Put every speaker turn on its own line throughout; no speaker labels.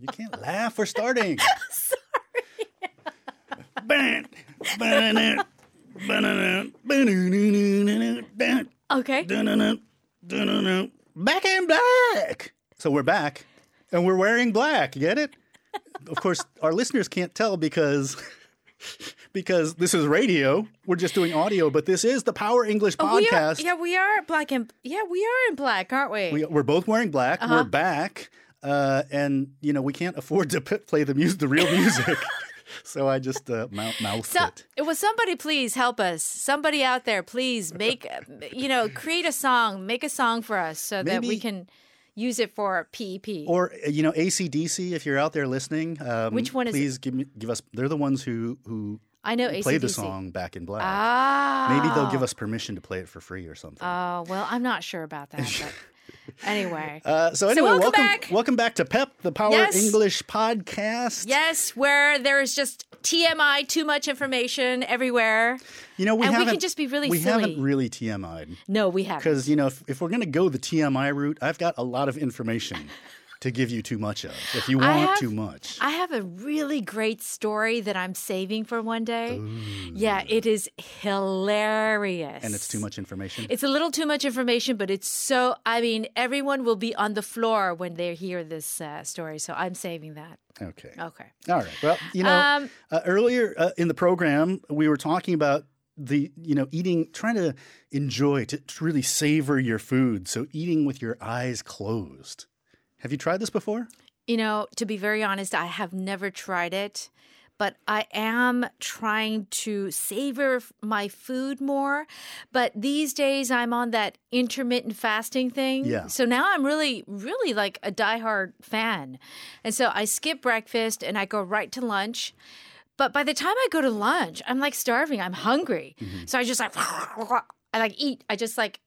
You can't laugh. We're starting.
Okay.
Back in black. So we're back and we're wearing black. You Get it? Of course, our listeners can't tell because because this is radio. We're just doing audio, but this is the Power English
Oh, We are,
podcast.
yeah, we are black and yeah, we are in black, aren't we?
we, we're both wearing black.
Uh-huh.
We're back, uh, and you know we can't afford to p- play the music, the real music. so I just uh, mouth mouthed
so,
it.
it was somebody please help us. Somebody out there, please make you know, create a song, make a song for us so that we
Maybe-
can use it for E PEP.
Or uh, you know ACDC, if you're out there listening, um,
Which one is it? Uh,
please give me, give us. They're the ones who who
I know
play the
AC/DC.
song Back in Black.
Ah.
Maybe they'll give us permission to play it for free or something.
Oh, well, I'm not sure about that. But anyway.
Uh, so anyway,
welcome
welcome
back.
welcome back to Pep, the Power
Yes.
English Podcast.
yes, where there is just TMI, too much information everywhere.
You know we
And we can
haven't
just be really
we
silly.
haven't really TMI'd.
No, we haven't.
Because, you know, if, if we're going to go the TMI route, I've got a lot of information to give you too much of. If you
I
want
have-
too much,
I have a really great story that I'm saving for one day. Yeah, it is hilarious.
and it's too much information.
It's a little too much information, but it's so. I mean, everyone will be on the floor when they hear this uh, story. So I'm saving that.
okay.
Okay.
All right. Well, you know,
Um,
uh, earlier uh, in the program, we were talking about the, you know, eating, trying to enjoy, to, to really savor your food. So eating with your eyes closed. Have you tried this before?
You know, to be very honest, I have never tried it, but I am trying to savor f- my food more. But these days I'm on that intermittent fasting thing.
Yeah.
So now I'm really, really like a diehard fan. And so I skip breakfast and I go right to lunch. But by the time I go to lunch, I'm like starving. I'm hungry. So I just like, I like eat. I just like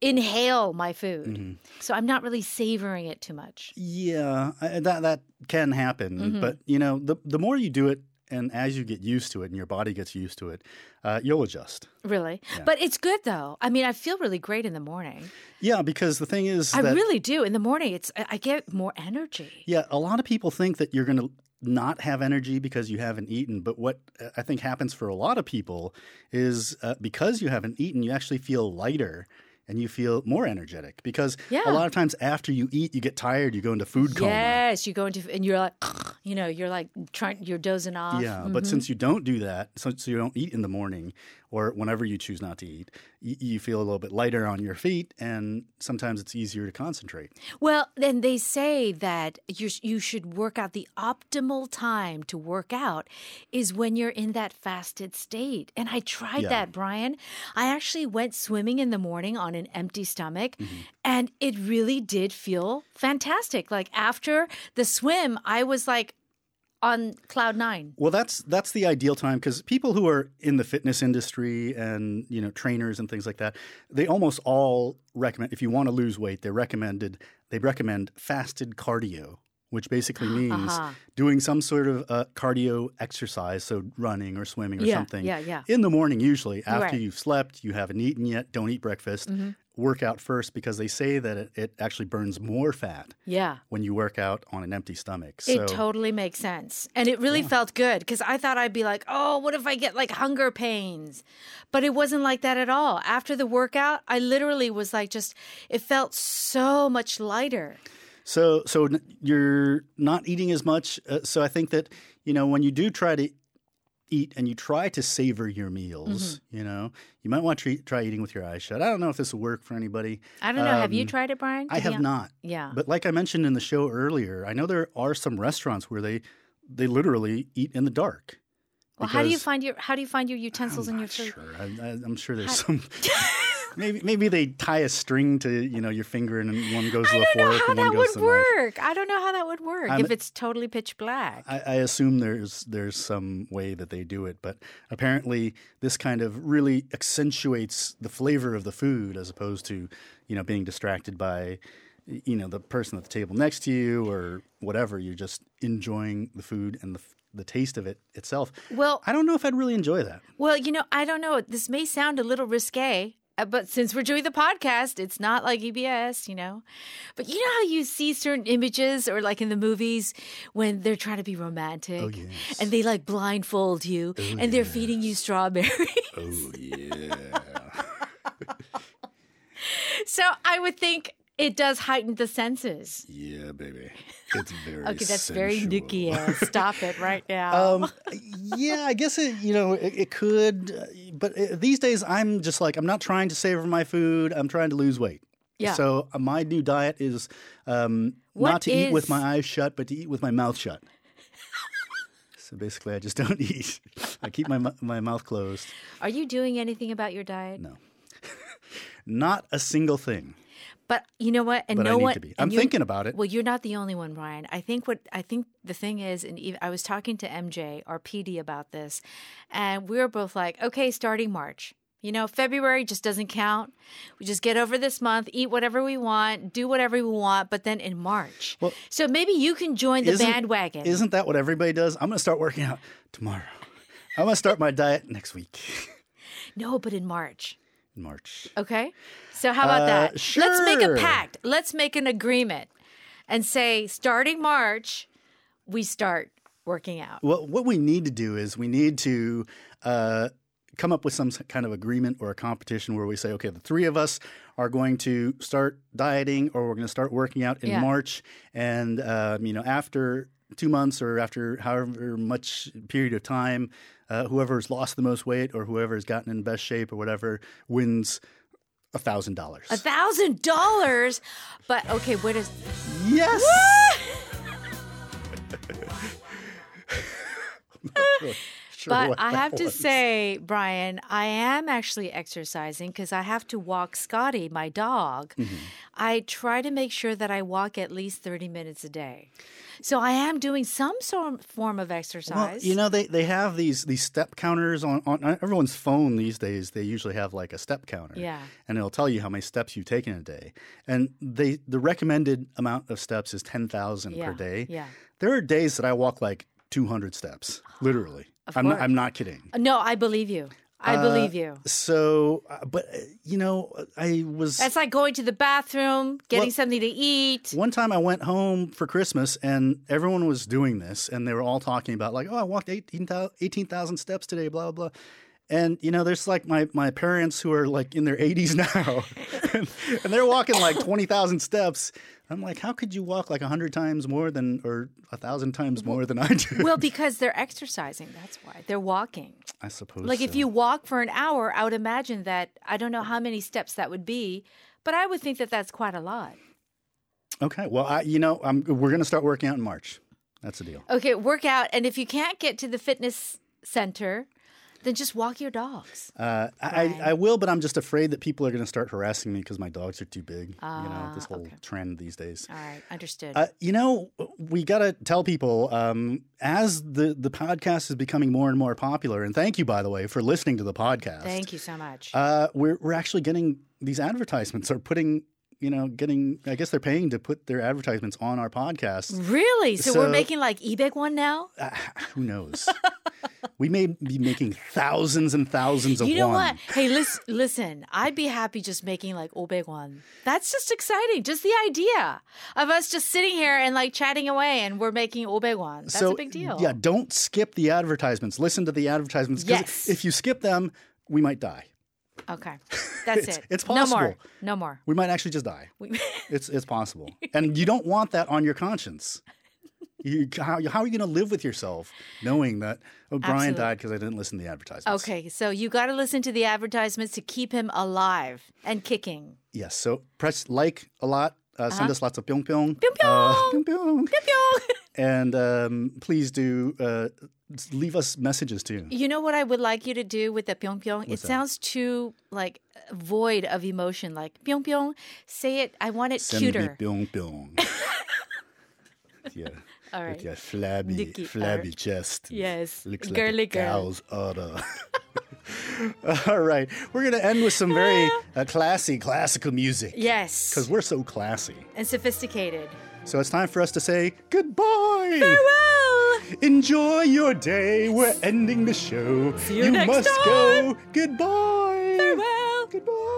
inhale my food. So I'm not really savoring it too much.
Yeah, I- Uh, that that can happen,
Mm-hmm.
but you know, the the more you do it, and as you get used to it, and your body gets used to it, uh, you'll adjust.
Really? But it's good though. I mean, I feel really great in the morning.
Yeah, because the thing is
I
that
really do. In the morning, it's I I get more energy.
yeah, a lot of people think that you're going to not have energy because you haven't eaten, but what uh, I think happens for a lot of people is uh, because you haven't eaten, you actually feel lighter. And you feel more energetic because
Yeah.
a lot of times after you eat, you get tired, you go into food coma.
Yes, you go into and you're like, you know, you're like trying, you're dozing off.
Yeah, but since you don't do that, so, so you don't eat in the morning or whenever you choose not to eat, you, you feel a little bit lighter on your feet, and sometimes it's easier to concentrate.
Well, then they say that you sh- you should work out the optimal time to work out is when you're in that fasted state. And I tried
Yeah.
that, Brian. I actually went swimming in the morning on an empty stomach, and it really did feel fantastic. Like after the swim, I was like on cloud 9.
Well, that's that's the ideal time because people who are in the fitness industry and you know trainers and things like that, they almost all recommend if you want to lose weight, they recommended they recommend fasted cardio, which basically means
Uh-huh.
doing some sort of uh, cardio exercise, so running or swimming or
Yeah,
something.
yeah, yeah.
In the morning, usually after
Right. Mm-hmm.
you've slept, you haven't eaten yet, don't eat breakfast. Work out first because they say that it, it actually burns more fat
Yeah.
when you work out on an empty stomach. So,
It totally makes sense. And it really felt good because I thought I'd be like, oh, what if I get like hunger pains? But it wasn't like that at all. After the workout, I literally was like, just, it felt so much lighter.
So, so n- you're not eating as much. Uh, so I think that you know when you do try to eat and you try to savor your meals,
Mm-hmm.
you know, you might want to tre- try eating with your eyes shut. I don't know if this will work for anybody.
I don't know. have you tried it, Brian?
Um, I
To be
have
hon-
not.
Yeah.
But like I mentioned in the show earlier, I know there are some restaurants where they they literally eat in the dark.
Well, how do you
because-
find your how do you find your utensils
I'm
in
not
your food?
Sure, I, I, I'm sure there's some. maybe maybe they tie a string to you know your finger and then one goes to the
I don't know
fork
how
and one
that
goes to
would
the knife.
work. I don't know how that would work
I'm-
if it's totally pitch black.
I, I assume there's there's some way that they do it, but apparently this kind of really accentuates the flavor of the food as opposed to you know being distracted by you know the person at the table next to you or whatever. You're just enjoying the food and the f- the taste of it itself.
well,
I don't know if I'd really enjoy that.
Well, you know, I don't know. This may sound a little risque, uh, but since we're doing the podcast, it's not like EBS, you know. But you know how you see certain images or like in the movies when they're trying to be romantic
Oh, yes.
and they like blindfold you and they're feeding you strawberries.
Oh yeah.
so I would think it does heighten the senses.
Yeah, baby. It's very
Okay, that's very nookie. Stop it right now.
Um, yeah, I guess it. You know, it, it could, uh, but uh these days I'm just like I'm not trying to savor my food. I'm trying to lose weight.
Yeah.
So uh, my new diet is um,
What
not to eat with
is-
my eyes shut, but to eat with my mouth shut. so basically, I just don't eat. I keep my mu- my mouth closed.
Are you doing anything about your diet?
No. Not a single thing.
But you know what? And
But I
no
need
one.
to be.
and
I'm
you-
thinking about it.
Well, you're not the only one, Ryan. I think what I think the thing is, and even, I was talking to MJ or PD about this, and we were both like, okay, starting March. You know, February just doesn't count. We just get over this month, eat whatever we want, do whatever we want, but then in March.
Well-
so maybe you can join the
Isn't-
bandwagon.
Isn't that what everybody does? I'm going to start working out tomorrow. I'm going to start my diet next week
no, but in March.
in March.
Okay. So how about
Uh,
that? Let's make a
sure.
pact. Let's make an agreement and say starting March, we start working out.
What what we need to do is we need to uh, come up with some s- kind of agreement or a competition where we say, okay, the three of us are going to start dieting or we're going to start working out in
Yeah.
March, and um, you know after two months or after however much period of time, uh, whoever's lost the most weight or whoever's gotten in best shape or whatever wins a thousand dollars.
A thousand dollars, but okay. What is?
Yes. Sure
But
what
I
that
have to
was.
say, Brian, I am actually exercising because I have to walk Scotty, my dog.
Mm-hmm.
I try to make sure that I walk at least thirty minutes a day, so I am doing some sort form of
Well,
exercise.
you know they, they have these these step counters on, on on everyone's phone these days. They usually have like a step counter,
Yeah.
and it'll tell you how many steps you've taken in a day. And they the recommended amount of steps is ten thousand
yeah,
per day.
Yeah.
There are days that I walk like two hundred steps, literally.
Of
I'm not,
course.
I'm not kidding.
No, I believe you. I
Uh,
believe you.
So, uh, but uh, you know, I was
That's like going to the bathroom, getting
Well-
something to eat.
One time I went home for Christmas and everyone was doing this and they were all talking about like, oh, I walked 18,000 18,000 steps today, blah, blah, blah. And, you know, there's like my, my parents who are like in their 80s now and, and they're walking like 20,000 steps. I'm like, how could you walk like 100 times more than or 1,000 times more than I do?
well, because they're exercising. That's why they're walking.
I suppose.
Like if
so.
you walk for an hour, I would imagine that I don't know how many steps that would be, but I would think that that's quite a lot.
Okay. Well, I, you know, I'm, we're going to start working out in March. That's the deal.
Okay, work out, and if you can't get to the fitness center, then just walk your dogs.
Uh, I, I- I will, but I'm just afraid that people are going to start harassing me because my dogs are too big. you know,
Ah,
this whole trend these days.
All right, understood.
Uh, you know, we got to tell people um, as the, the podcast is becoming more and more popular, and thank you, by the way, for listening to the podcast.
Thank you so much.
Uh, we're, we're actually getting these advertisements are putting, you know, getting, I guess they're paying to put their advertisements on our
Mm.
podcast.
really? So, we're
so-
making like eBay one now?
Uh, who knows? we may be making thousands and thousands of
You know
one.
what? Hey, listen, listen. I'd be happy just making like Obeg one. That's just exciting. Just the idea of us just sitting here and like chatting away, and we're making Obeg one. That's a big deal.
Yeah, don't skip the advertisements. Listen to the advertisements. 'cause
Yes.
If you skip them, we might die.
Okay, that's
It's-
it.
it's
No more.
possible.
No more.
We might actually just die.
We-
It's it's possible, and you don't want that on your conscience. You, how, how are you going to live with yourself knowing that oh Brian
Absolutely.
died because I didn't listen to the advertisements?
okay, so you got to listen to the advertisements to keep him alive and kicking.
Yes. So press like a lot. Uh, Send us lots of pyong pyong.
Uh-huh. Pyong
Uh,
pyong.
pyong pyong.
Pew!
And um, please do uh, leave us messages too.
you know what I would like you to do with the pyong pyong? It sounds too like void of emotion. Like pyong pyong. Say it. I want it
Send me
cuter.
pyong pyong. yeah.
All
With
right.
your flabby,
Nikki, uh,
flabby chest.
yes,
Looks
girly
like a
girl.
cow's udder. All right. We're going to end with some very
Ah.
uh, classy classical music.
Yes.
Because we're so classy.
And sophisticated.
So it's time for us to say goodbye.
Farewell.
Enjoy your day. We're ending the show.
you next
must
time.
go. Goodbye.
Farewell.
Goodbye.